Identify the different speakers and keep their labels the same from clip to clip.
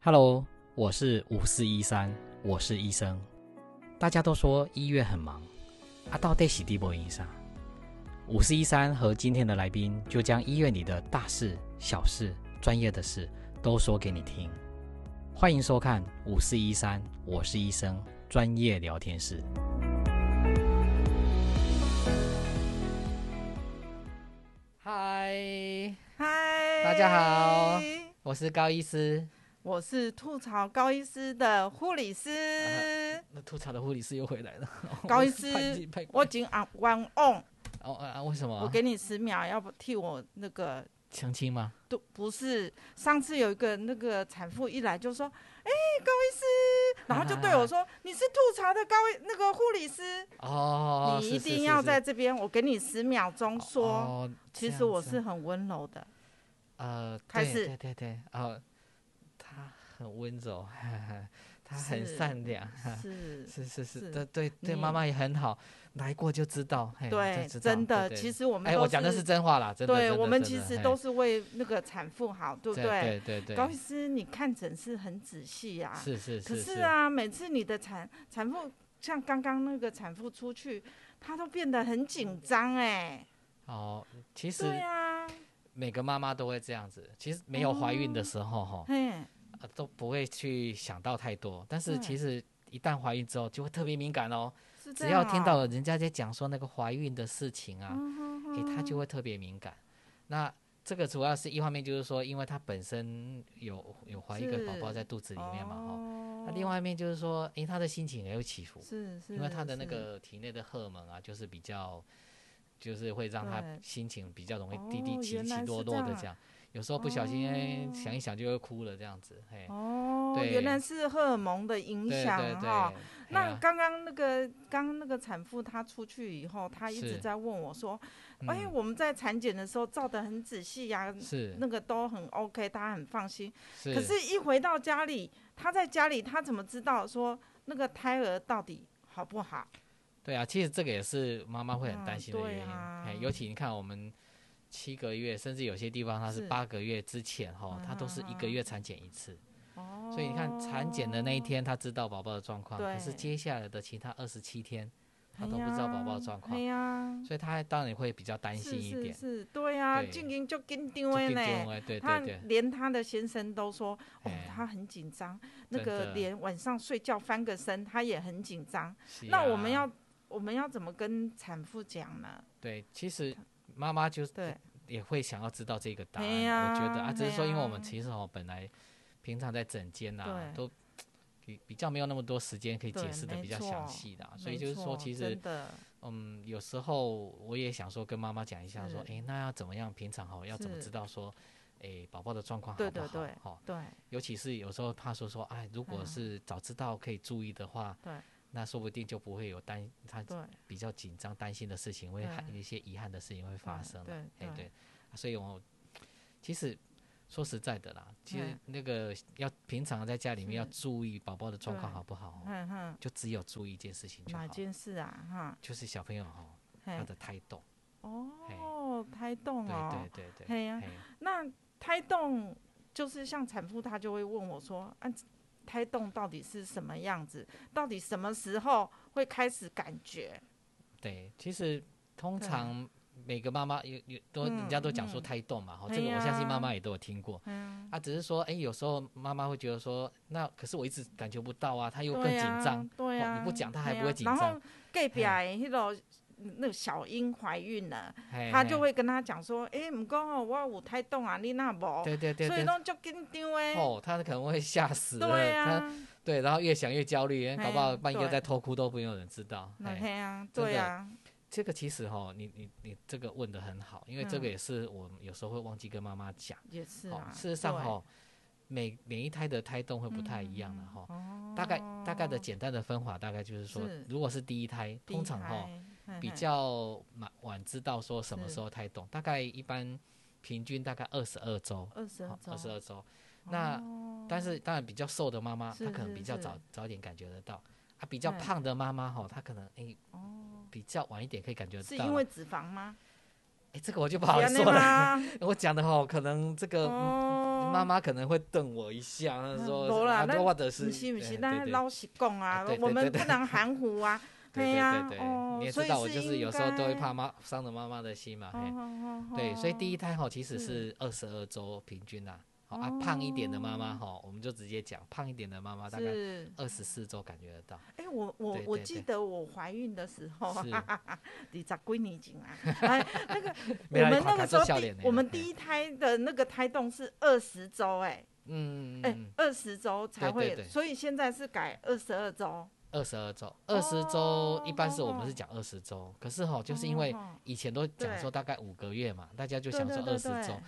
Speaker 1: Hello，我是五四一三，我是医生。大家都说一月很忙，啊，到底洗地波影啥？五四一三和今天的来宾就将医院里的大事、小事、专业的事都说给你听。欢迎收看五四一三，我是医生专业聊天室。嗨，
Speaker 2: 嗨，
Speaker 1: 大家好我是高医师。
Speaker 2: 我是吐槽高医师的护理师，
Speaker 1: 那吐槽的护理师又回来了。
Speaker 2: 高 医师，我已经啊 one on，
Speaker 1: 哦啊，为什么？
Speaker 2: 我给你十秒，要不替我那个
Speaker 1: 相亲吗？
Speaker 2: 都不是。上次有一个那个产妇一来就说，哎、高医
Speaker 1: 啊
Speaker 2: 师，然后就对我说，你是吐槽的高医那个护理师，
Speaker 1: 哦，
Speaker 2: 你
Speaker 1: 是
Speaker 2: 一
Speaker 1: 是
Speaker 2: 定
Speaker 1: 是
Speaker 2: 要
Speaker 1: 是
Speaker 2: 在这边，我给你十秒钟说。
Speaker 1: 哦
Speaker 2: 其
Speaker 1: 这
Speaker 2: 实
Speaker 1: 样
Speaker 2: 我
Speaker 1: 子
Speaker 2: 是很温 柔的，
Speaker 1: 呃，
Speaker 2: 开
Speaker 1: 对
Speaker 2: 始
Speaker 1: 对对对，哦，他很温柔， 他很
Speaker 2: 是
Speaker 1: 善良，
Speaker 2: 是。
Speaker 1: 是是是，
Speaker 2: 是
Speaker 1: 对对对，
Speaker 2: 你
Speaker 1: 妈妈也很好，来过哎就知道，嘿，
Speaker 2: 对，
Speaker 1: 就知
Speaker 2: 真
Speaker 1: 道
Speaker 2: 的，
Speaker 1: 对对
Speaker 2: 其实我们
Speaker 1: 哎，
Speaker 2: 都
Speaker 1: 我讲的是真话啦，真的，
Speaker 2: 对，
Speaker 1: 真的
Speaker 2: 我们
Speaker 1: 真
Speaker 2: 其
Speaker 1: 的
Speaker 2: 实
Speaker 1: 嘿
Speaker 2: 都是为那个产妇好，对不
Speaker 1: 对对对对，
Speaker 2: 高医师，你看诊是很仔细呀、
Speaker 1: 是是
Speaker 2: 可
Speaker 1: 是
Speaker 2: 是，啊，每次你的产产妇像刚刚那个产妇出去，她都变得很紧张哎。
Speaker 1: 哦，其实
Speaker 2: 对啊，
Speaker 1: 每个妈妈都会这样子，其实没有怀孕
Speaker 2: 哦
Speaker 1: 的时候哈，
Speaker 2: 嘿，
Speaker 1: 呃都不会去想到太多，但是
Speaker 2: 对
Speaker 1: 其实一旦怀孕之后就会特别敏感哦，
Speaker 2: 是这
Speaker 1: 只
Speaker 2: 样
Speaker 1: 要
Speaker 2: 哦
Speaker 1: 听到人家在讲说那个怀孕的事情啊，
Speaker 2: 嗯
Speaker 1: 诶、他就会特别敏感。那这个主要是一方面就是说，因为他本身有有怀一个宝宝
Speaker 2: 是
Speaker 1: 在肚子里面嘛，哈、
Speaker 2: 哦
Speaker 1: 那另外一面就是说，诶、他的心情也有起伏，
Speaker 2: 是是，
Speaker 1: 因为他的那
Speaker 2: 是
Speaker 1: 个体内的荷尔蒙啊，就是比较，就是会让他
Speaker 2: 对
Speaker 1: 心情比较容易
Speaker 2: 哦
Speaker 1: 低低起
Speaker 2: 原
Speaker 1: 起
Speaker 2: 来
Speaker 1: 落
Speaker 2: 是这
Speaker 1: 落的
Speaker 2: 样
Speaker 1: 这样。有时候不小心、诶
Speaker 2: 哦
Speaker 1: 想一想就会哭了这样子，嘿，
Speaker 2: 哦，
Speaker 1: 对
Speaker 2: 原来是荷尔蒙的影
Speaker 1: 对
Speaker 2: 响
Speaker 1: 对对，
Speaker 2: 哈、
Speaker 1: 嘿
Speaker 2: 那
Speaker 1: 啊
Speaker 2: 刚刚那个刚刚那个产妇她出去以后，她一
Speaker 1: 是
Speaker 2: 直在问我说：“哎，
Speaker 1: 嗯
Speaker 2: 我们在产检的时候照的很仔细呀、
Speaker 1: 是
Speaker 2: 那个都很 OK，她很放心。
Speaker 1: 是，
Speaker 2: 可是，一回到家里，他在家里，他怎么知道说那个胎儿到底好不好？
Speaker 1: 对啊，其实这个也是妈妈会很担
Speaker 2: 嗯
Speaker 1: 心的
Speaker 2: 对
Speaker 1: 原因。
Speaker 2: 啊
Speaker 1: 哎，尤其你看我们七个月，甚至有些地方它是
Speaker 2: 是啊
Speaker 1: 八个月之前哈，它都是一个月产检一次。
Speaker 2: 哦，
Speaker 1: 所以你看产检的那一天，他知道宝宝的状况，可是
Speaker 2: 对
Speaker 1: 接下来的其他二十七天，他
Speaker 2: 哎
Speaker 1: 都不知道宝宝的
Speaker 2: 呀
Speaker 1: 状况
Speaker 2: 哎，呀，
Speaker 1: 所以他当然会比较担心
Speaker 2: 是
Speaker 1: 一
Speaker 2: 是
Speaker 1: 点。
Speaker 2: 是，对呀，
Speaker 1: 对
Speaker 2: 静英就跟丢
Speaker 1: 就
Speaker 2: 哎
Speaker 1: 变成
Speaker 2: 呢。
Speaker 1: 为对
Speaker 2: 他
Speaker 1: 对对，
Speaker 2: 连他的先生都说，哦
Speaker 1: 哎，
Speaker 2: 他很紧张，那
Speaker 1: 真的
Speaker 2: 个连晚上睡觉翻个身，他也很紧张。
Speaker 1: 是
Speaker 2: 那我
Speaker 1: 啊
Speaker 2: 们要我们要怎么跟产妇讲呢？
Speaker 1: 对，其实妈妈就是
Speaker 2: 对，
Speaker 1: 也会想要知道这个答案。
Speaker 2: 嘿哎呀
Speaker 1: 我觉得啊，只是说，
Speaker 2: 嘿呀
Speaker 1: 因为我们其实哦，本来平常在整间啊
Speaker 2: 对，
Speaker 1: 都比比较没有那么多时间可以解
Speaker 2: 对
Speaker 1: 释的
Speaker 2: 没
Speaker 1: 比较
Speaker 2: 错
Speaker 1: 详细的啊、所以
Speaker 2: 没
Speaker 1: 就是说，
Speaker 2: 错
Speaker 1: 其实
Speaker 2: 真的
Speaker 1: 嗯，有时候我也想说跟妈妈讲一下，说，
Speaker 2: 是
Speaker 1: 诶，那要怎么样？平常哦，要怎么
Speaker 2: 是
Speaker 1: 知道说，诶，宝宝的状况好
Speaker 2: 对
Speaker 1: 不好？
Speaker 2: 对对
Speaker 1: 哦，
Speaker 2: 对，
Speaker 1: 尤其是有时候怕说说，哎，如果
Speaker 2: 嗯
Speaker 1: 是早知道可以注意的话，
Speaker 2: 对
Speaker 1: 那说不定就不会有担他
Speaker 2: 对
Speaker 1: 比较紧张、担心的事情，会
Speaker 2: 对
Speaker 1: 害一些遗憾的事情会发
Speaker 2: 对
Speaker 1: 生了。
Speaker 2: 对
Speaker 1: 哎
Speaker 2: 对
Speaker 1: 对，所以我其实说实在的啦，其实
Speaker 2: 嗯
Speaker 1: 那个要平常在家里面要
Speaker 2: 是
Speaker 1: 注意宝宝的状况
Speaker 2: 对
Speaker 1: 好不好哦，
Speaker 2: 哼哼，
Speaker 1: 就只有注意一件事情就好
Speaker 2: 哪，件事啊？哈，
Speaker 1: 就是小朋友哦他
Speaker 2: 嘿，
Speaker 1: 的胎动。
Speaker 2: 哦，胎动
Speaker 1: 对
Speaker 2: 哦
Speaker 1: 对，对对，
Speaker 2: 嘿呀
Speaker 1: 嘿
Speaker 2: 那胎动就是像产妇，她就会问我说，啊，胎动到底是什么样子？到底什么时候会开始感觉？
Speaker 1: 对，其实通
Speaker 2: 对
Speaker 1: 常每个妈妈有有都人家都讲说胎动嘛，哈、这
Speaker 2: 哎
Speaker 1: 个我相信妈
Speaker 2: 呀
Speaker 1: 妈也都有听过。
Speaker 2: 嗯，
Speaker 1: 啊，只是说，哎，有时候妈妈会觉得说，那可是我一直感觉不到啊，她又更
Speaker 2: 对
Speaker 1: 紧
Speaker 2: 呀
Speaker 1: 张。，
Speaker 2: 对
Speaker 1: 哦
Speaker 2: 呀，
Speaker 1: 你不讲她还
Speaker 2: 嘿呀
Speaker 1: 不会紧
Speaker 2: 然
Speaker 1: 张
Speaker 2: 后隔壁的那个那个小英怀孕了，
Speaker 1: 嘿
Speaker 2: 她
Speaker 1: 嘿
Speaker 2: 就会跟她讲说，诶，唔讲哦，我有胎动啊，你那无，
Speaker 1: 对对对
Speaker 2: 所以
Speaker 1: 对，
Speaker 2: 拢足紧张诶。
Speaker 1: 哦，她可能会吓死了，
Speaker 2: 哎对
Speaker 1: 她
Speaker 2: 啊，
Speaker 1: 对，然后越想越焦虑，搞不好
Speaker 2: 嘿
Speaker 1: 半夜
Speaker 2: 对
Speaker 1: 在偷哭都不用有人知道。
Speaker 2: 那
Speaker 1: 哎
Speaker 2: 嘿啊，
Speaker 1: 真
Speaker 2: 对
Speaker 1: 的
Speaker 2: 啊，
Speaker 1: 这个其实哈、哦，你你你这个问的很好，因为这个也是我们有时候会忘记跟妈妈讲。
Speaker 2: 也嗯是
Speaker 1: 哦
Speaker 2: 啊。
Speaker 1: 事实上
Speaker 2: 对
Speaker 1: 哈、每每一胎的胎动会不太一样的哈、
Speaker 2: 哦
Speaker 1: 大概大概的简单的分法大概就是说，
Speaker 2: 是
Speaker 1: 如果是第一胎，
Speaker 2: 第
Speaker 1: 通
Speaker 2: 一
Speaker 1: 常哈、
Speaker 2: 胎嘿
Speaker 1: 比
Speaker 2: 嘿
Speaker 1: 较晚晚知道说什么
Speaker 2: 是
Speaker 1: 时候胎动，大概一般平均大概二十二周，
Speaker 2: 二十二周，哦
Speaker 1: 二十二周。那、但是当然比较瘦的妈妈，
Speaker 2: 是
Speaker 1: 她可能
Speaker 2: 是
Speaker 1: 比较
Speaker 2: 是
Speaker 1: 早早点感觉得到啊，比较
Speaker 2: 对
Speaker 1: 胖的妈妈哈，她可能诶
Speaker 2: 哦，
Speaker 1: 比较晚一点可以感觉得到。
Speaker 2: 是因为脂肪吗？
Speaker 1: 诶这个我就不好
Speaker 2: 是
Speaker 1: 说
Speaker 2: 这
Speaker 1: 了，
Speaker 2: 样吗？
Speaker 1: 我讲的哈，可能这个、嗯
Speaker 2: 哦，哦
Speaker 1: 妈，妈可能会瞪我一下，那时候
Speaker 2: 嗯没啦
Speaker 1: 啊
Speaker 2: 那
Speaker 1: 或者
Speaker 2: 不
Speaker 1: 是
Speaker 2: 是不是，
Speaker 1: 哎
Speaker 2: 那
Speaker 1: 对对
Speaker 2: 老实讲啊
Speaker 1: 啊对，对
Speaker 2: 我
Speaker 1: 对
Speaker 2: 们
Speaker 1: 对
Speaker 2: 不能含糊啊。
Speaker 1: 对
Speaker 2: 嘿呀
Speaker 1: 对对
Speaker 2: 哦
Speaker 1: 对，你也
Speaker 2: 所
Speaker 1: 知
Speaker 2: 以
Speaker 1: 道，我
Speaker 2: 是
Speaker 1: 就是
Speaker 2: 应
Speaker 1: 有时候都会
Speaker 2: 该
Speaker 1: 怕妈伤了妈妈的心嘛，
Speaker 2: 哦
Speaker 1: 嘿，
Speaker 2: 哦哦
Speaker 1: 对，所以第一
Speaker 2: 哦
Speaker 1: 胎吼其实
Speaker 2: 是哦
Speaker 1: 是二十二周平均啦，好啊，胖一点的妈妈吼，我们就直接讲胖一点的妈妈大概
Speaker 2: 是
Speaker 1: 二十四周感觉得到，
Speaker 2: 哎、我我
Speaker 1: 对
Speaker 2: 我
Speaker 1: 对
Speaker 2: 记
Speaker 1: 对
Speaker 2: 得我怀孕的时候啊
Speaker 1: 是，
Speaker 2: 你咋归你紧啊？哎，那个我
Speaker 1: 没啦你
Speaker 2: 们
Speaker 1: 垮
Speaker 2: 那
Speaker 1: 卡
Speaker 2: 个时
Speaker 1: 做
Speaker 2: 候
Speaker 1: 笑
Speaker 2: 第
Speaker 1: 脸的
Speaker 2: 我们
Speaker 1: 啦
Speaker 2: 第一胎的那个胎动是二十周，哎
Speaker 1: 嗯，
Speaker 2: 哎，二十周才
Speaker 1: 对对
Speaker 2: 会，
Speaker 1: 对
Speaker 2: 所以现在是改二十二周。
Speaker 1: 二十二周，二十周一般是我们是讲二十周，可是吼就是因为
Speaker 2: 哦
Speaker 1: 以前都讲说大概五个月嘛，大家就想说二
Speaker 2: 对
Speaker 1: 十
Speaker 2: 对对
Speaker 1: 周，
Speaker 2: 对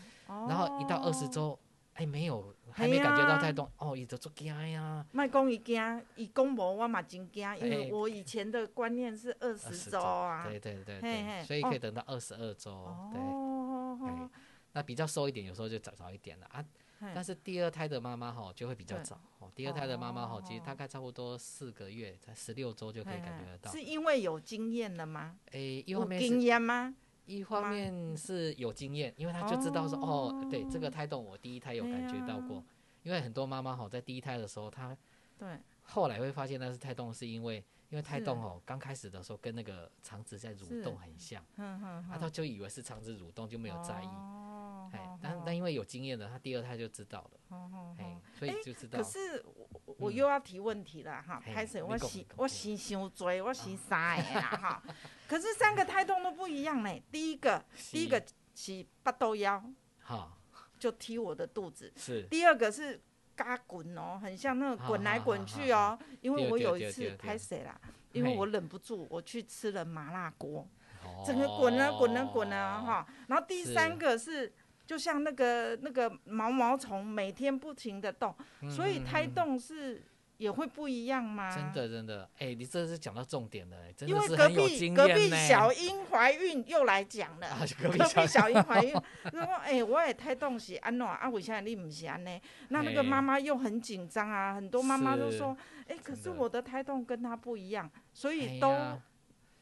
Speaker 1: 然后一到二十
Speaker 2: 哦
Speaker 1: 周，哎，没有还
Speaker 2: 嘿
Speaker 1: 没感觉到
Speaker 2: 呀
Speaker 1: 太动，哦，伊就做惊呀，
Speaker 2: 卖讲伊惊，伊讲无我嘛真惊，因
Speaker 1: 哎
Speaker 2: 为我以前的观念是二十
Speaker 1: 20
Speaker 2: 周啊。
Speaker 1: 对对对
Speaker 2: 嘿
Speaker 1: 对，
Speaker 2: 嘿
Speaker 1: 所以可以
Speaker 2: 哦
Speaker 1: 等到二十二周，对。
Speaker 2: 哦
Speaker 1: 哎，那比较瘦一点，有时候就早早一点了啊。但
Speaker 2: 嘿
Speaker 1: 是第二胎的妈妈哈就会比较
Speaker 2: 对
Speaker 1: 早哦，第二胎的妈妈哈，其实大
Speaker 2: 哦
Speaker 1: 概差不多四个月，才十六周就可以
Speaker 2: 嘿
Speaker 1: 感觉
Speaker 2: 嘿
Speaker 1: 得到。
Speaker 2: 是因为有经验了吗？
Speaker 1: 诶，一
Speaker 2: 有
Speaker 1: 方面
Speaker 2: 经
Speaker 1: 是
Speaker 2: 验吗？
Speaker 1: 一方
Speaker 2: 吗
Speaker 1: 面是有经验，因为她就知道说哦，对这个胎动我第一胎有
Speaker 2: 哎
Speaker 1: 感觉到过
Speaker 2: 呀，
Speaker 1: 因为很多妈妈哈在第一胎的时候，她
Speaker 2: 对，
Speaker 1: 后来会发现那是胎动，是因为因为胎
Speaker 2: 是
Speaker 1: 动哦刚开始的时候跟那个肠子在蠕动
Speaker 2: 是
Speaker 1: 很像，
Speaker 2: 哼哼
Speaker 1: 啊，
Speaker 2: 哼
Speaker 1: 她就以为是肠子蠕动就没有在意。
Speaker 2: 哦
Speaker 1: 哎
Speaker 2: 好，
Speaker 1: 但
Speaker 2: 好
Speaker 1: 但因为有经验的，她第二胎就知道了，
Speaker 2: 好好
Speaker 1: 哎
Speaker 2: 好，
Speaker 1: 所以
Speaker 2: 哎
Speaker 1: 就知道
Speaker 2: 可。是我我
Speaker 1: 嗯
Speaker 2: 又要提问题了哈，
Speaker 1: 嘿
Speaker 2: 拍水
Speaker 1: 你
Speaker 2: 我
Speaker 1: 讲
Speaker 2: 洗
Speaker 1: 你讲
Speaker 2: 我洗伤多，我洗三个 啦哈。可是三个胎动都不一样呢。第一个，第一
Speaker 1: 是
Speaker 2: 个是八豆腰，
Speaker 1: 哈，
Speaker 2: 就踢我的肚子；
Speaker 1: 是
Speaker 2: 第二个是嘎滚哦，很像那个滚来滚去
Speaker 1: 啊
Speaker 2: 哦。因为我有一
Speaker 1: 对对对
Speaker 2: 次
Speaker 1: 对对
Speaker 2: 拍水啦，因为
Speaker 1: 嘿
Speaker 2: 我忍不住，我去吃了麻辣锅， 整个滚啊滚啊滚啊
Speaker 1: 哦，
Speaker 2: 哈。然后第
Speaker 1: 是
Speaker 2: 三个是，就像那个那个毛毛虫，每天不停的动，所以胎
Speaker 1: 嗯
Speaker 2: 动是也会不一样吗？
Speaker 1: 哦真。的真的，哎，你这是讲到重点了，哎真
Speaker 2: 因
Speaker 1: 的
Speaker 2: 为
Speaker 1: 是
Speaker 2: 隔
Speaker 1: 很有
Speaker 2: 壁
Speaker 1: 经
Speaker 2: 隔
Speaker 1: 验
Speaker 2: 壁
Speaker 1: 呢
Speaker 2: 小英怀孕又来讲 了，
Speaker 1: 啊，隔壁
Speaker 2: 隔
Speaker 1: 小
Speaker 2: 壁小英 怀孕，然后哎，我也胎动是安怎啊？为啥你唔是安呢？那那个
Speaker 1: 嘿
Speaker 2: 妈妈又很紧张啊，很多妈妈都
Speaker 1: 是
Speaker 2: 说，哎，可
Speaker 1: 真
Speaker 2: 是
Speaker 1: 的
Speaker 2: 我的胎动跟她不一样，所
Speaker 1: 哎
Speaker 2: 以都
Speaker 1: 呀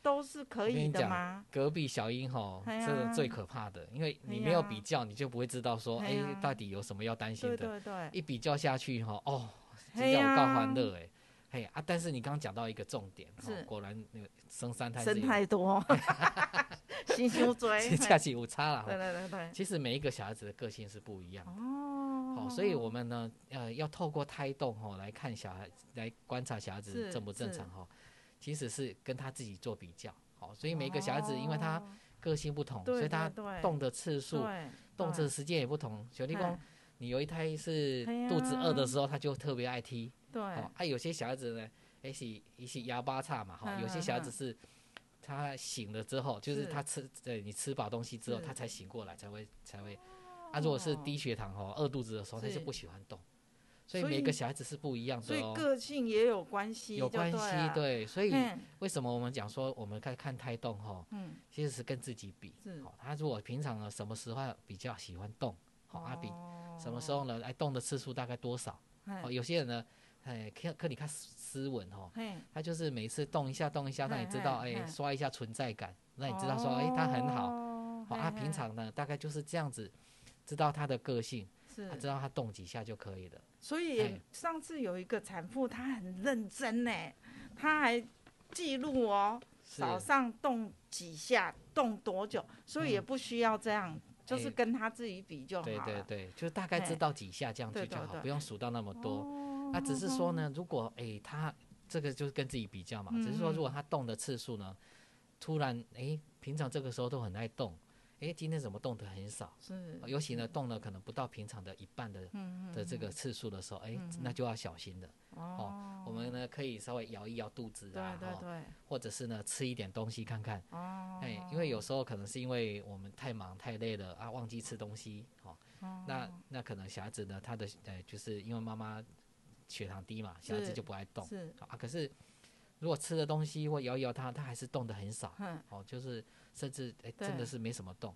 Speaker 2: 都是可
Speaker 1: 跟
Speaker 2: 以
Speaker 1: 你
Speaker 2: 的
Speaker 1: 讲
Speaker 2: 吗？
Speaker 1: 隔壁小英吼，
Speaker 2: 哎
Speaker 1: 这个
Speaker 2: 呀
Speaker 1: 最可怕的，因为你
Speaker 2: 哎
Speaker 1: 没有
Speaker 2: 呀
Speaker 1: 比较，你就不会知道说，
Speaker 2: 哎
Speaker 1: 哎
Speaker 2: 呀，
Speaker 1: 到底有什么要担心
Speaker 2: 对
Speaker 1: 的。
Speaker 2: 对对，
Speaker 1: 一比较下去哈，哦，
Speaker 2: 哎
Speaker 1: 真的有告
Speaker 2: 呀
Speaker 1: 欢乐哎。嘿啊！但是你刚刚讲到一个重点，哦
Speaker 2: 是
Speaker 1: 果然那个生三胎是
Speaker 2: 生
Speaker 1: 有，
Speaker 2: 太多，心胸追，嘿
Speaker 1: 下起有差了。
Speaker 2: 对
Speaker 1: 哦
Speaker 2: 对对对，
Speaker 1: 其实每一个小孩子的个性是不一样的。
Speaker 2: 哦，
Speaker 1: 好、所以我们呢，呃，要透过胎动哦来看小孩，来观察小孩子
Speaker 2: 是
Speaker 1: 正不正
Speaker 2: 是哦
Speaker 1: 常哦，其实是跟他自己做比较。好、所以每个小孩子因为他个性不同，
Speaker 2: 对
Speaker 1: 所以他
Speaker 2: 对对
Speaker 1: 动的次数、
Speaker 2: 哎对
Speaker 1: 动
Speaker 2: 对
Speaker 1: 的时间也不同。小立功
Speaker 2: 嘿，
Speaker 1: 你有一胎是
Speaker 2: 哎呀哎
Speaker 1: 肚子饿的时候，他就特别爱踢。
Speaker 2: 对
Speaker 1: 哦，啊，有些小孩子呢，哎是一些牙巴叉嘛，哈、
Speaker 2: 嗯
Speaker 1: 有些
Speaker 2: 嗯
Speaker 1: 小孩子
Speaker 2: 嗯
Speaker 1: 是。他醒了之后，就是
Speaker 2: 是
Speaker 1: 他吃，对你吃饱东西之后，
Speaker 2: 是
Speaker 1: 他才醒过来，才会才会啊，如果是低血糖哦、饿肚子的时候，他就是不喜欢动，所以
Speaker 2: 所
Speaker 1: 每
Speaker 2: 以
Speaker 1: 个小孩子是不一样
Speaker 2: 所
Speaker 1: 的
Speaker 2: 以
Speaker 1: 哦，
Speaker 2: 个性也有关系，
Speaker 1: 有关系
Speaker 2: 对了，
Speaker 1: 对，所以
Speaker 2: 嗯
Speaker 1: 为什么我们讲说我们看看胎动哦，
Speaker 2: 嗯，
Speaker 1: 其实是跟自己比，
Speaker 2: 是
Speaker 1: 哦，他如果平常呢什么时候比较喜欢动，好、哦、啊比什么时候呢，哎动的次数大概多少，
Speaker 2: 嘿
Speaker 1: 哦，有些人呢，哎克克里看斯文哦，
Speaker 2: 嘿，
Speaker 1: 他就是每次动一下动一下，让你知道
Speaker 2: 嘿嘿
Speaker 1: 哎
Speaker 2: 嘿
Speaker 1: 刷一下存在感，让你知道说哎他很
Speaker 2: 哦
Speaker 1: 好，好、啊平常呢大概就是这样子，知道他的个性。他
Speaker 2: 是
Speaker 1: 知，道他动几下就可以了。
Speaker 2: 所以也
Speaker 1: 哎
Speaker 2: 上次有一个产妇，她很认真呢，她还记录哦，
Speaker 1: 是嗯
Speaker 2: 早上动几下，动多久，所以也不需要这样，就是
Speaker 1: 哎
Speaker 2: 跟她自己比就好
Speaker 1: 对对
Speaker 2: 了。
Speaker 1: 对，就是大概知
Speaker 2: 嘿
Speaker 1: 道几下这样
Speaker 2: 对
Speaker 1: 去就
Speaker 2: 对
Speaker 1: 好，
Speaker 2: 对
Speaker 1: 不用数到那么多。
Speaker 2: 哦
Speaker 1: 那只是说呢，如果诶他这个就是跟自己比较嘛，只是说
Speaker 2: 嗯嗯
Speaker 1: 如果他动的次数呢，突然诶平常这个时候都很爱动，诶今天怎么动的很少？
Speaker 2: 是，
Speaker 1: 尤其呢动了可能不到平常的一半的
Speaker 2: 嗯嗯
Speaker 1: 的这个次数的时候，诶那就要小心了。
Speaker 2: 哦
Speaker 1: 我们呢可以稍微摇一摇肚子
Speaker 2: 对
Speaker 1: 啊，
Speaker 2: 对
Speaker 1: 哦
Speaker 2: 对，
Speaker 1: 或者是呢吃一点东西看看。
Speaker 2: 哦，
Speaker 1: 哎，因为有时候可能是因为我们太忙太累了啊，忘记吃东西，哦，那那可能小孩子呢，他的呃，就是因为妈妈血糖低嘛，小孩子
Speaker 2: 是
Speaker 1: 就不爱动
Speaker 2: 是，
Speaker 1: 啊。可是如果吃的东西或摇一摇他，他还是动的很少，
Speaker 2: 哼，
Speaker 1: 哦，就是甚至哎，真的
Speaker 2: 对
Speaker 1: 是没什么动。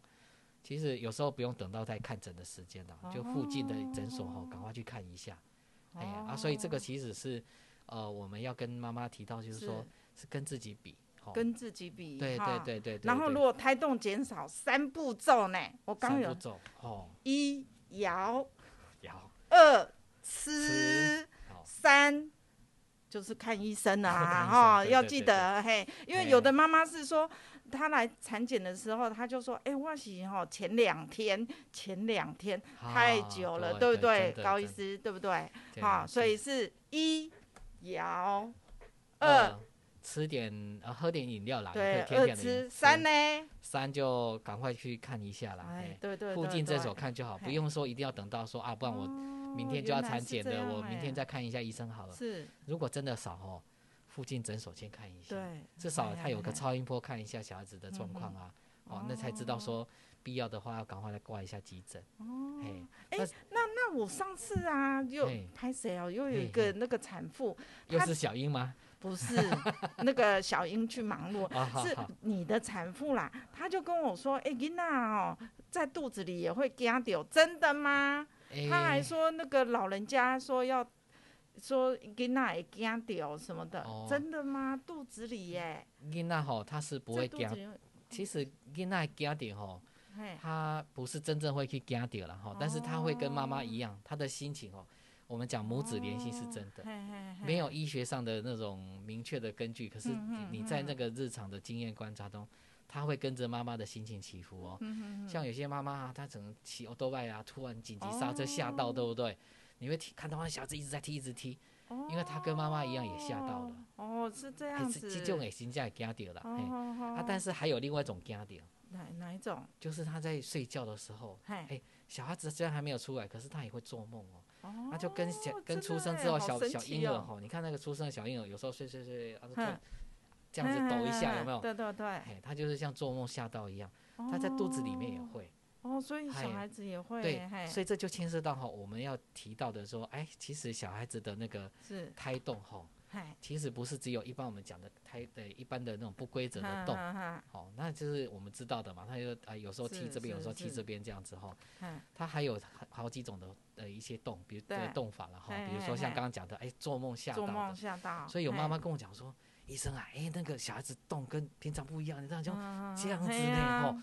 Speaker 1: 其实有时候不用等到在看诊的时间了，就附近的诊所哦，赶快去看一下。哎呀啊，所以
Speaker 2: 哦
Speaker 1: 这个其实是呃，我们要跟妈妈提到，就是说是跟自己比，哦，
Speaker 2: 跟自己比，
Speaker 1: 对对
Speaker 2: 哈
Speaker 1: 对对对。
Speaker 2: 然后
Speaker 1: 对
Speaker 2: 如果胎动减少三步骤呢，我刚
Speaker 1: 三
Speaker 2: 有
Speaker 1: 步骤哦，
Speaker 2: 一摇
Speaker 1: 摇
Speaker 2: 二
Speaker 1: 吃
Speaker 2: 吃
Speaker 1: 好
Speaker 2: 三。就是看医生啦、
Speaker 1: 看医生
Speaker 2: 哈、
Speaker 1: 对
Speaker 2: 要
Speaker 1: 对
Speaker 2: 记
Speaker 1: 对
Speaker 2: 得嘿，因为
Speaker 1: 嘿
Speaker 2: 有的妈妈是说，她来产检的时候，她就说，哎、我是哈前两天，前两天太久
Speaker 1: 啊
Speaker 2: 了，对不对？高医，师，对不对？
Speaker 1: 好，
Speaker 2: 好，
Speaker 1: 对啊
Speaker 2: 所以是一摇
Speaker 1: 二
Speaker 2: 二，
Speaker 1: 呃吃点呃喝点饮料啦，
Speaker 2: 呃对，
Speaker 1: 可以添
Speaker 2: 二
Speaker 1: 点饮
Speaker 2: 吃
Speaker 1: 料
Speaker 2: 三呢？
Speaker 1: 三就赶快去看一下啦，
Speaker 2: 哎
Speaker 1: 哎，，
Speaker 2: 对对，
Speaker 1: 附
Speaker 2: 对
Speaker 1: 近
Speaker 2: 对哎哦
Speaker 1: 诊所看就好，不
Speaker 2: 嘿
Speaker 1: 用说一定要等到说啊，不然我明天就要产检了，我明天再呃看一下医生好了。
Speaker 2: 哎是，哎
Speaker 1: 如果真的少哦，附近诊所先看一下，
Speaker 2: 对，嗯
Speaker 1: 至少
Speaker 2: 哎
Speaker 1: 他有个
Speaker 2: 哎
Speaker 1: 超音波看一下小孩子的状况啊，哦，那才知道说必要的话要赶快来挂一下急诊。嘿，
Speaker 2: 那我上次啊，哦又
Speaker 1: 嘿
Speaker 2: 拍谁哦？又有
Speaker 1: 嘿
Speaker 2: 一个那个产妇，
Speaker 1: 又
Speaker 2: 他
Speaker 1: 是小英吗？
Speaker 2: 不是 那个小英去忙碌，
Speaker 1: 啊，好
Speaker 2: 是
Speaker 1: 好，
Speaker 2: 你的产妇啦。她就跟我说：“哎，囡仔哦，在肚子里也会惊掉，真的吗？”
Speaker 1: 哎
Speaker 2: 她还说那个老人家说要说囡仔也惊掉什么的
Speaker 1: 哦，
Speaker 2: 真的吗？肚子里耶，
Speaker 1: 囡仔吼，他是不
Speaker 2: 在
Speaker 1: 会
Speaker 2: 肚子
Speaker 1: 惊，
Speaker 2: 里会，
Speaker 1: 其实囡仔惊点吼，
Speaker 2: 嘿，
Speaker 1: 他不是真正会去惊掉了哈，但是他会跟妈妈一样，他的心情哦，我们讲母子连心是真的
Speaker 2: 哦嘿，嘿嘿
Speaker 1: 没有医学上的那种明确的根据，可是
Speaker 2: 嗯嗯
Speaker 1: 你在那个日常的经验观察中，他会跟着妈妈的心情起伏哦。
Speaker 2: 嗯
Speaker 1: 像有些妈妈啊，她可能骑欧多拜啊，突然紧急刹车吓到，对不对？你会踢看到她小孩子一直在踢，一直踢，因为她跟妈妈一样也吓到了，
Speaker 2: 哦，是这
Speaker 1: 还
Speaker 2: 样
Speaker 1: 是
Speaker 2: 子。
Speaker 1: 急救也心哎这也惊掉了。嘿
Speaker 2: 哦
Speaker 1: 啊，但是还有另外一种惊掉，
Speaker 2: 哪哪一种？
Speaker 1: 就是他在睡觉的时候，哎
Speaker 2: 嘿，
Speaker 1: 小孩子虽然还没有出来，可是他也会做梦哦。
Speaker 2: 哦
Speaker 1: 他就跟小跟
Speaker 2: 真的
Speaker 1: 出生
Speaker 2: 耶
Speaker 1: 之后
Speaker 2: 好
Speaker 1: 小
Speaker 2: 神
Speaker 1: 小
Speaker 2: 奇
Speaker 1: 婴儿
Speaker 2: 哦
Speaker 1: 吼，你看那个出生的小婴儿有时候睡睡睡，然后突
Speaker 2: 嗯
Speaker 1: 然这样子抖一
Speaker 2: 嘿嘿
Speaker 1: 下，
Speaker 2: 嘿
Speaker 1: 有没有？
Speaker 2: 嗯对哦对对，
Speaker 1: 哎，他就是像做梦吓到一样，他在肚子里面也会。
Speaker 2: 哦，所以
Speaker 1: 嘿
Speaker 2: 小孩子也会
Speaker 1: 对
Speaker 2: 耶，嘿，
Speaker 1: 所以这就牵涉到哈我们要提到的说，哎，其实小孩子的那个
Speaker 2: 是，
Speaker 1: 胎动吼，
Speaker 2: 嗨，
Speaker 1: 其实不是只有一般我们讲的胎的一般的那种不规则的动。
Speaker 2: 哈哈
Speaker 1: 哦，那就是我们知道的嘛，他就啊、有时候踢
Speaker 2: 是
Speaker 1: 这边，有
Speaker 2: 是
Speaker 1: 时候踢
Speaker 2: 是
Speaker 1: 这边这样子哈。
Speaker 2: 哈
Speaker 1: 它还有好好几种的呃一些动，比如
Speaker 2: 对
Speaker 1: 呃动法了哈，
Speaker 2: 嘿
Speaker 1: 比如说
Speaker 2: 嘿
Speaker 1: 像
Speaker 2: 嘿
Speaker 1: 刚刚讲的，哎，做梦吓
Speaker 2: 哈，
Speaker 1: 到
Speaker 2: 做梦
Speaker 1: 的，
Speaker 2: 吓到，
Speaker 1: 所以有妈
Speaker 2: 嘿
Speaker 1: 妈跟我讲说，医生啊，哎，那个小孩子动跟平常不一样，你这样就
Speaker 2: 嗯
Speaker 1: 这样子
Speaker 2: 嘿
Speaker 1: 呢
Speaker 2: 啊
Speaker 1: 吼，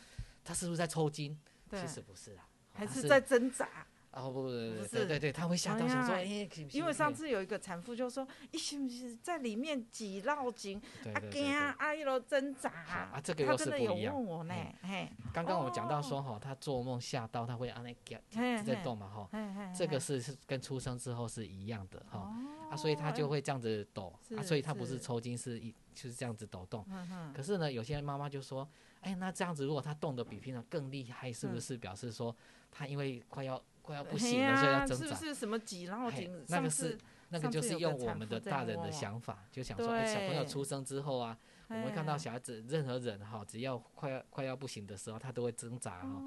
Speaker 1: 他是不是在抽筋？
Speaker 2: 对
Speaker 1: 其，实不是啊，
Speaker 2: 还
Speaker 1: 他
Speaker 2: 是在挣扎。
Speaker 1: 哦不不不不
Speaker 2: 不
Speaker 1: 对
Speaker 2: 是
Speaker 1: 对对，他会吓到想说，
Speaker 2: 哎
Speaker 1: 哎
Speaker 2: 呀，
Speaker 1: 是不是
Speaker 2: 因为上
Speaker 1: 哎
Speaker 2: 次有一个产妇就说：“你是不是在里面挤绕颈？
Speaker 1: 对
Speaker 2: 啊
Speaker 1: 对对
Speaker 2: 惊
Speaker 1: 对
Speaker 2: 啊，啊一路挣扎。”
Speaker 1: 好啊，这个
Speaker 2: 她
Speaker 1: 又是
Speaker 2: 真的
Speaker 1: 不
Speaker 2: 有
Speaker 1: 一样。嗯
Speaker 2: 问我呢，嘿，
Speaker 1: 刚刚我们讲到说哈，他做梦吓到，他会按那嘎
Speaker 2: 嘿
Speaker 1: 在
Speaker 2: 嘿
Speaker 1: 动嘛哈，
Speaker 2: 嘿嘿，
Speaker 1: 这个
Speaker 2: 嘿
Speaker 1: 是是跟出生之后是一样的哈。
Speaker 2: 嗯哦
Speaker 1: 啊，所以他就
Speaker 2: 哎
Speaker 1: 会这样子抖，啊，
Speaker 2: 是
Speaker 1: 所以他不是
Speaker 2: 是
Speaker 1: 抽筋，是一就是这样子抖动。
Speaker 2: 嗯哼
Speaker 1: 可是呢，有些妈妈就说，哎，那这样子如果他动的比平常更厉害，是不
Speaker 2: 嗯
Speaker 1: 是表示说他因为快要快要不
Speaker 2: 嘿
Speaker 1: 行了，
Speaker 2: 呀
Speaker 1: 所以要挣
Speaker 2: 是
Speaker 1: 扎
Speaker 2: 不？是什么挤绕
Speaker 1: 嘿
Speaker 2: 颈？
Speaker 1: 那个是
Speaker 2: 上次
Speaker 1: 那个
Speaker 2: 上
Speaker 1: 就
Speaker 2: 次
Speaker 1: 是
Speaker 2: 有
Speaker 1: 用
Speaker 2: 个
Speaker 1: 我
Speaker 2: 产
Speaker 1: 们
Speaker 2: 妇
Speaker 1: 的
Speaker 2: 这
Speaker 1: 大
Speaker 2: 样
Speaker 1: 人
Speaker 2: 问
Speaker 1: 的
Speaker 2: 我
Speaker 1: 想法，就想说，哎，小朋友
Speaker 2: 对
Speaker 1: 出生之后啊，我们看到
Speaker 2: 哎
Speaker 1: 小孩子任何人哈，只要快要快要不行的时候，他都会挣扎哈。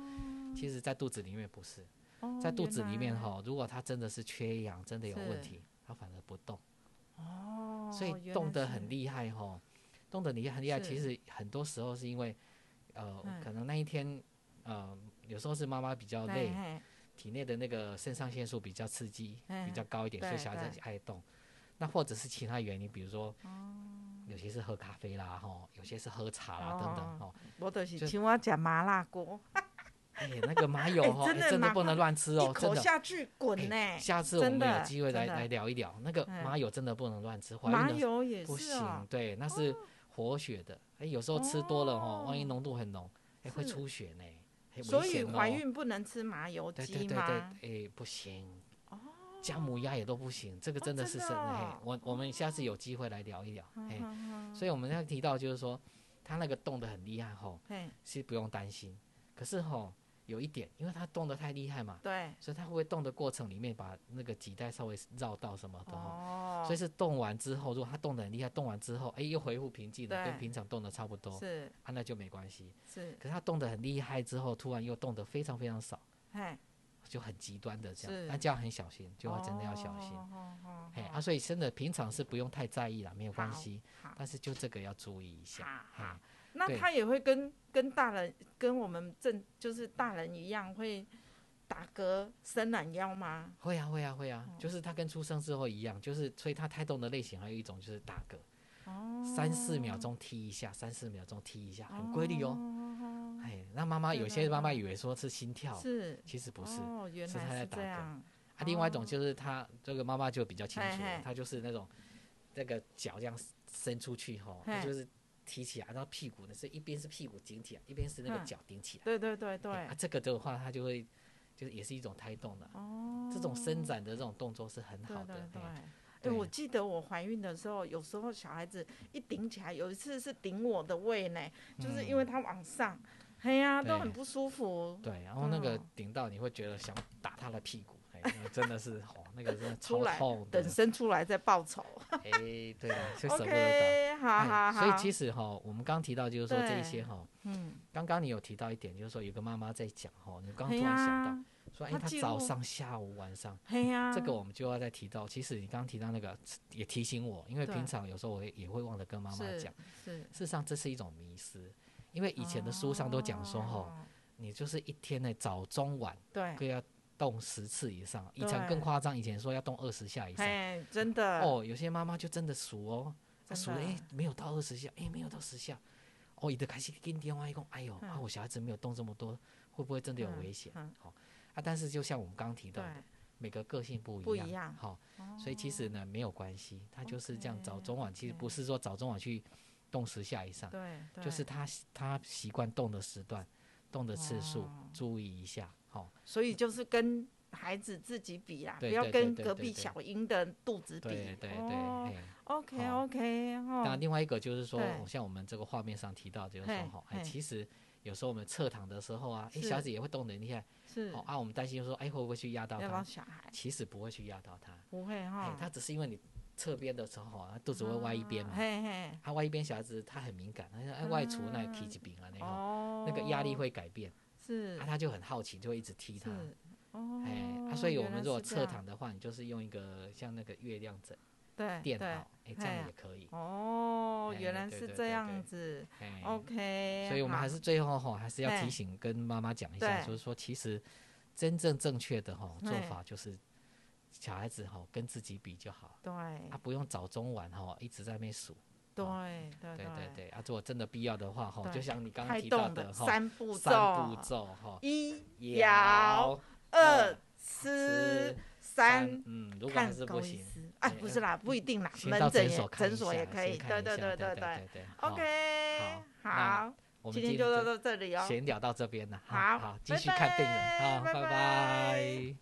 Speaker 1: 其实，在肚子里面不是，
Speaker 2: 哦
Speaker 1: 在肚
Speaker 2: 原
Speaker 1: 子里面
Speaker 2: 来
Speaker 1: 哈，如果他真的是缺氧，真的有问
Speaker 2: 是
Speaker 1: 题，他反而不动。
Speaker 2: 哦，
Speaker 1: 所以
Speaker 2: 原
Speaker 1: 动
Speaker 2: 来
Speaker 1: 得
Speaker 2: 是
Speaker 1: 很厉害吼，动得厉害很厉害。
Speaker 2: 是
Speaker 1: 其实很多时候是因为，呃，
Speaker 2: 嗯
Speaker 1: 可能那一天，呃，有时候是妈妈比较累
Speaker 2: 对，嘿
Speaker 1: 体内的那个肾上腺素比较刺激，比
Speaker 2: 嗯
Speaker 1: 较高一点，所以
Speaker 2: 对
Speaker 1: 小孩子
Speaker 2: 对哦
Speaker 1: 爱动。那或者是其他原因，比如说，有些是喝咖啡啦，吼，有些是喝茶啦，等
Speaker 2: 哦
Speaker 1: 等，吼。
Speaker 2: 我就是
Speaker 1: 就
Speaker 2: 请我讲麻辣锅，
Speaker 1: 哎，那个麻油吼，哎
Speaker 2: 真的
Speaker 1: 真的
Speaker 2: 麻
Speaker 1: 不能乱吃哦
Speaker 2: 一，
Speaker 1: 真
Speaker 2: 口
Speaker 1: 的。
Speaker 2: 下去滚呢、
Speaker 1: 哎下次我
Speaker 2: 真
Speaker 1: 们有
Speaker 2: 的
Speaker 1: 机会来
Speaker 2: 真的
Speaker 1: 来聊一聊，那个
Speaker 2: 嗯
Speaker 1: 麻油真的不能乱吃，怀
Speaker 2: 麻
Speaker 1: 孕的
Speaker 2: 油也
Speaker 1: 不
Speaker 2: 是
Speaker 1: 行
Speaker 2: 哦，，
Speaker 1: 对，那是活血的。哎，有时候吃多了哦，万一
Speaker 2: 哦
Speaker 1: 浓度很浓，哎，会
Speaker 2: 是
Speaker 1: 出血呢，哎危
Speaker 2: 所以
Speaker 1: 险
Speaker 2: 怀
Speaker 1: 哦
Speaker 2: 孕不能吃麻油
Speaker 1: 对对
Speaker 2: 鸡
Speaker 1: 对
Speaker 2: 吗？哦
Speaker 1: 对，哎，不行。姜母鸭也都不行，这个真的
Speaker 2: 真
Speaker 1: 是
Speaker 2: 的
Speaker 1: 真的。嘿
Speaker 2: 哦
Speaker 1: 我我们下次有机会来聊一聊。哎，
Speaker 2: 嗯
Speaker 1: 所以我们要提到就是说，他那个动得很厉害吼，
Speaker 2: 嘿，
Speaker 1: 是不用担心。可是吼，有一点，因为他动得太厉害嘛，
Speaker 2: 对，
Speaker 1: 所以他会动的过程里面把那个脐带稍微绕到什么的吼。
Speaker 2: 哦，
Speaker 1: 所以是动完之后，如果他动得很厉害，动完之后，哎，又恢复平静了，跟
Speaker 2: 对
Speaker 1: 平常动的差不多，
Speaker 2: 是
Speaker 1: 啊，那就没关系。
Speaker 2: 是，
Speaker 1: 可是他动得很厉害之后，突然又动得非常非常少，
Speaker 2: 嘿，
Speaker 1: 就很极端的这样，
Speaker 2: 是
Speaker 1: 那这样很小心，就要真的要小心。
Speaker 2: 哦哦
Speaker 1: 嘿，啊，所以真的平常是不用太在意啦，没有关
Speaker 2: 好
Speaker 1: 系
Speaker 2: 好，
Speaker 1: 但是就这个要注意一下。
Speaker 2: 好
Speaker 1: 嘿
Speaker 2: 好那
Speaker 1: 对
Speaker 2: 他也会跟跟大人跟我们正就是大人一样会打嗝、伸懒腰吗？
Speaker 1: 会啊，会啊，会
Speaker 2: 哦
Speaker 1: 啊，就是他跟出生之后一样，就是所以他胎动的类型还有一种就是打嗝，
Speaker 2: 哦
Speaker 1: 三四秒钟踢一下，三四秒钟踢一下，很规律哦。
Speaker 2: 哦，
Speaker 1: 哎，那妈妈有
Speaker 2: 对
Speaker 1: 些
Speaker 2: 对
Speaker 1: 妈妈
Speaker 2: 对
Speaker 1: 以为说是心跳，
Speaker 2: 是
Speaker 1: 其实不是，
Speaker 2: 哦，原
Speaker 1: 是
Speaker 2: 来
Speaker 1: 他在
Speaker 2: 是
Speaker 1: 打
Speaker 2: 这
Speaker 1: 嗝
Speaker 2: 样，
Speaker 1: 啊，另外一种就是她这个妈妈就比较清楚
Speaker 2: 嘿嘿
Speaker 1: 了，她就是那种那个脚这样伸出去吼，她
Speaker 2: 嘿
Speaker 1: 就是提起来，然后屁股呢是一边是屁股顶起来，一边是那个
Speaker 2: 嗯
Speaker 1: 脚顶起来。
Speaker 2: 对对对
Speaker 1: 嘿
Speaker 2: 对
Speaker 1: 啊，，这个的话，它就会就是也是一种胎动的，
Speaker 2: 哦，
Speaker 1: 这种伸展的这种动作是很
Speaker 2: 对
Speaker 1: 好的
Speaker 2: 对。对。
Speaker 1: 嘿
Speaker 2: 哎，
Speaker 1: 对
Speaker 2: 我记得我怀孕的时候，有时候小孩子一顶起来，有一次是顶我的胃呢，就是因为他往上，嘿呀，
Speaker 1: 嗯
Speaker 2: 都
Speaker 1: 对
Speaker 2: 很不舒服。
Speaker 1: 对，然后那个
Speaker 2: 嗯
Speaker 1: 顶到你会觉得想打他的屁股，哎，那真的是哦，那个真的
Speaker 2: 出
Speaker 1: 超
Speaker 2: 来
Speaker 1: 痛的
Speaker 2: 等，生出来再报仇。
Speaker 1: 哎，对啊，就舍不得打。
Speaker 2: OK，好好
Speaker 1: 哎
Speaker 2: 好。
Speaker 1: 所以其实哈，我们刚提到就是说这一些
Speaker 2: 对
Speaker 1: 哈，
Speaker 2: 嗯，
Speaker 1: 刚刚你有提到一点，就是说有个妈妈在讲哈，你刚
Speaker 2: 嘿
Speaker 1: 突然想到
Speaker 2: 呀，
Speaker 1: 说，哎，
Speaker 2: 她嗯
Speaker 1: 她
Speaker 2: 记
Speaker 1: 早
Speaker 2: 录
Speaker 1: 上、下午、晚上，
Speaker 2: 嘿呀，
Speaker 1: 这个我们就要再提到。其实你刚刚提到那个也提醒我，因为
Speaker 2: 对
Speaker 1: 平常有时候我也也会忘了跟妈妈
Speaker 2: 是
Speaker 1: 讲。
Speaker 2: 是
Speaker 1: 事实上，这是一种迷失，因为以前的书上都讲说，吼，
Speaker 2: 哦
Speaker 1: 你就是一天的早中晚
Speaker 2: 对，
Speaker 1: 各要动十次以上，以前
Speaker 2: 哎对
Speaker 1: 更夸张，以前说要动二十下以上。
Speaker 2: 哎，真的，
Speaker 1: 哦，有些妈妈就真的数哦，她
Speaker 2: 真
Speaker 1: 数了，
Speaker 2: 的
Speaker 1: 哎，没有到二十下，哎，没有到十下，哦，你的开始跟电话一讲，哎呦，啊，
Speaker 2: 嗯
Speaker 1: 我小孩子没有动这么多，会不会真的有
Speaker 2: 嗯
Speaker 1: 危险？
Speaker 2: 嗯
Speaker 1: 好啊，但是就像我们刚提到
Speaker 2: 对
Speaker 1: 的，每个个性不一样，
Speaker 2: 不一样哦
Speaker 1: 好、所以其实呢没有关系，他就是这样早
Speaker 2: OK，
Speaker 1: 中晚，其实不
Speaker 2: OK
Speaker 1: 是说早中晚去动十下以上，
Speaker 2: 对，对
Speaker 1: 就是他他习惯动的时段、动的次数，
Speaker 2: 哦
Speaker 1: 注意一下，好、
Speaker 2: 所以就是跟孩子自己比啦，不
Speaker 1: 对
Speaker 2: 要
Speaker 1: 对对
Speaker 2: 跟
Speaker 1: 对
Speaker 2: 隔
Speaker 1: 对
Speaker 2: 壁
Speaker 1: 对
Speaker 2: 小英的肚子比。
Speaker 1: 对对对，
Speaker 2: 哦
Speaker 1: 嘿
Speaker 2: OK
Speaker 1: 哦
Speaker 2: OK
Speaker 1: 那
Speaker 2: 哦，
Speaker 1: 另外一个就是说，
Speaker 2: 对
Speaker 1: 像我们这个画面上提到，就是说
Speaker 2: 嘿
Speaker 1: 哈，哎，
Speaker 2: 嘿
Speaker 1: 其实有时候我们侧躺的时候啊，哎，
Speaker 2: 是
Speaker 1: 小孩子也会动得很厉害，
Speaker 2: 是
Speaker 1: 哦啊，我们担心说，哎，会不会去压到
Speaker 2: 要帮
Speaker 1: 他？
Speaker 2: 小孩，
Speaker 1: 其实不会去压到他，
Speaker 2: 不会
Speaker 1: 哎
Speaker 2: 哈，，
Speaker 1: 他只是因为你侧边的时候啊，肚子会歪一边嘛，
Speaker 2: 嗯嘿嘿，
Speaker 1: 他歪一边小孩子他很敏感，他说哎，外出那
Speaker 2: 啊
Speaker 1: 踢几饼啊那种，
Speaker 2: 哦，
Speaker 1: 那个压力会改变，
Speaker 2: 是
Speaker 1: 啊，他就很好奇，就会一直踢他。
Speaker 2: 哦是哦，
Speaker 1: 哎，啊，所以我
Speaker 2: 原来
Speaker 1: 们如果
Speaker 2: 是这
Speaker 1: 侧
Speaker 2: 样
Speaker 1: 躺的话，你就是用一个像那个月亮枕
Speaker 2: 对
Speaker 1: 垫好
Speaker 2: 对，
Speaker 1: 哎，这
Speaker 2: 嘿
Speaker 1: 样也可以，
Speaker 2: 哦，
Speaker 1: 哎
Speaker 2: 原来
Speaker 1: 对
Speaker 2: 是
Speaker 1: 对
Speaker 2: 这
Speaker 1: 对
Speaker 2: 样
Speaker 1: 对
Speaker 2: 子
Speaker 1: 哎，
Speaker 2: ，OK，
Speaker 1: 所以我们还
Speaker 2: 好
Speaker 1: 是最后哈，还是要
Speaker 2: 对
Speaker 1: 提醒跟妈妈讲一下，
Speaker 2: 对
Speaker 1: 就是说，其实真正正确的哈
Speaker 2: 对
Speaker 1: 做法就是，小孩子哈跟自己比就好，
Speaker 2: 对
Speaker 1: 啊，不用早中晚哈一直在那边数。
Speaker 2: 对对
Speaker 1: 对对对，啊，如果真的必要的话哈，
Speaker 2: 对
Speaker 1: 就像你刚刚
Speaker 2: 开
Speaker 1: 提到
Speaker 2: 动的
Speaker 1: 哈，
Speaker 2: 三步
Speaker 1: 三步
Speaker 2: 骤，
Speaker 1: 骤哈，
Speaker 2: 一
Speaker 1: 摇
Speaker 2: 摇二吃三，
Speaker 1: 嗯，如果还
Speaker 2: 看
Speaker 1: 是不
Speaker 2: 高医
Speaker 1: 行，呃
Speaker 2: 师，哎，不是啦，不一定啦，
Speaker 1: 先到
Speaker 2: 门诊
Speaker 1: 诊
Speaker 2: 也
Speaker 1: 所看一
Speaker 2: 所
Speaker 1: 下
Speaker 2: 也可
Speaker 1: 先
Speaker 2: 以，
Speaker 1: 看
Speaker 2: 对
Speaker 1: 一
Speaker 2: 对
Speaker 1: 下对
Speaker 2: 对对
Speaker 1: 对。好
Speaker 2: ，OK，
Speaker 1: 那
Speaker 2: 好，
Speaker 1: 我们
Speaker 2: 今天就
Speaker 1: 就
Speaker 2: 到这里哦，
Speaker 1: 闲聊到这边了，
Speaker 2: 好
Speaker 1: 好，继
Speaker 2: 拜
Speaker 1: 续看病人，
Speaker 2: 拜
Speaker 1: 好，
Speaker 2: 拜
Speaker 1: 拜
Speaker 2: 拜
Speaker 1: 拜。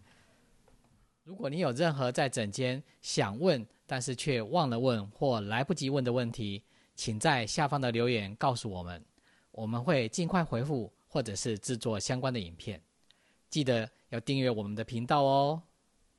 Speaker 1: 如果你有任何在诊间想问但是却忘了问或来不及问的问题，请在下方的留言告诉我们，我们会尽快回复或者是制作相关的影片。记得要订阅我们的频道哦。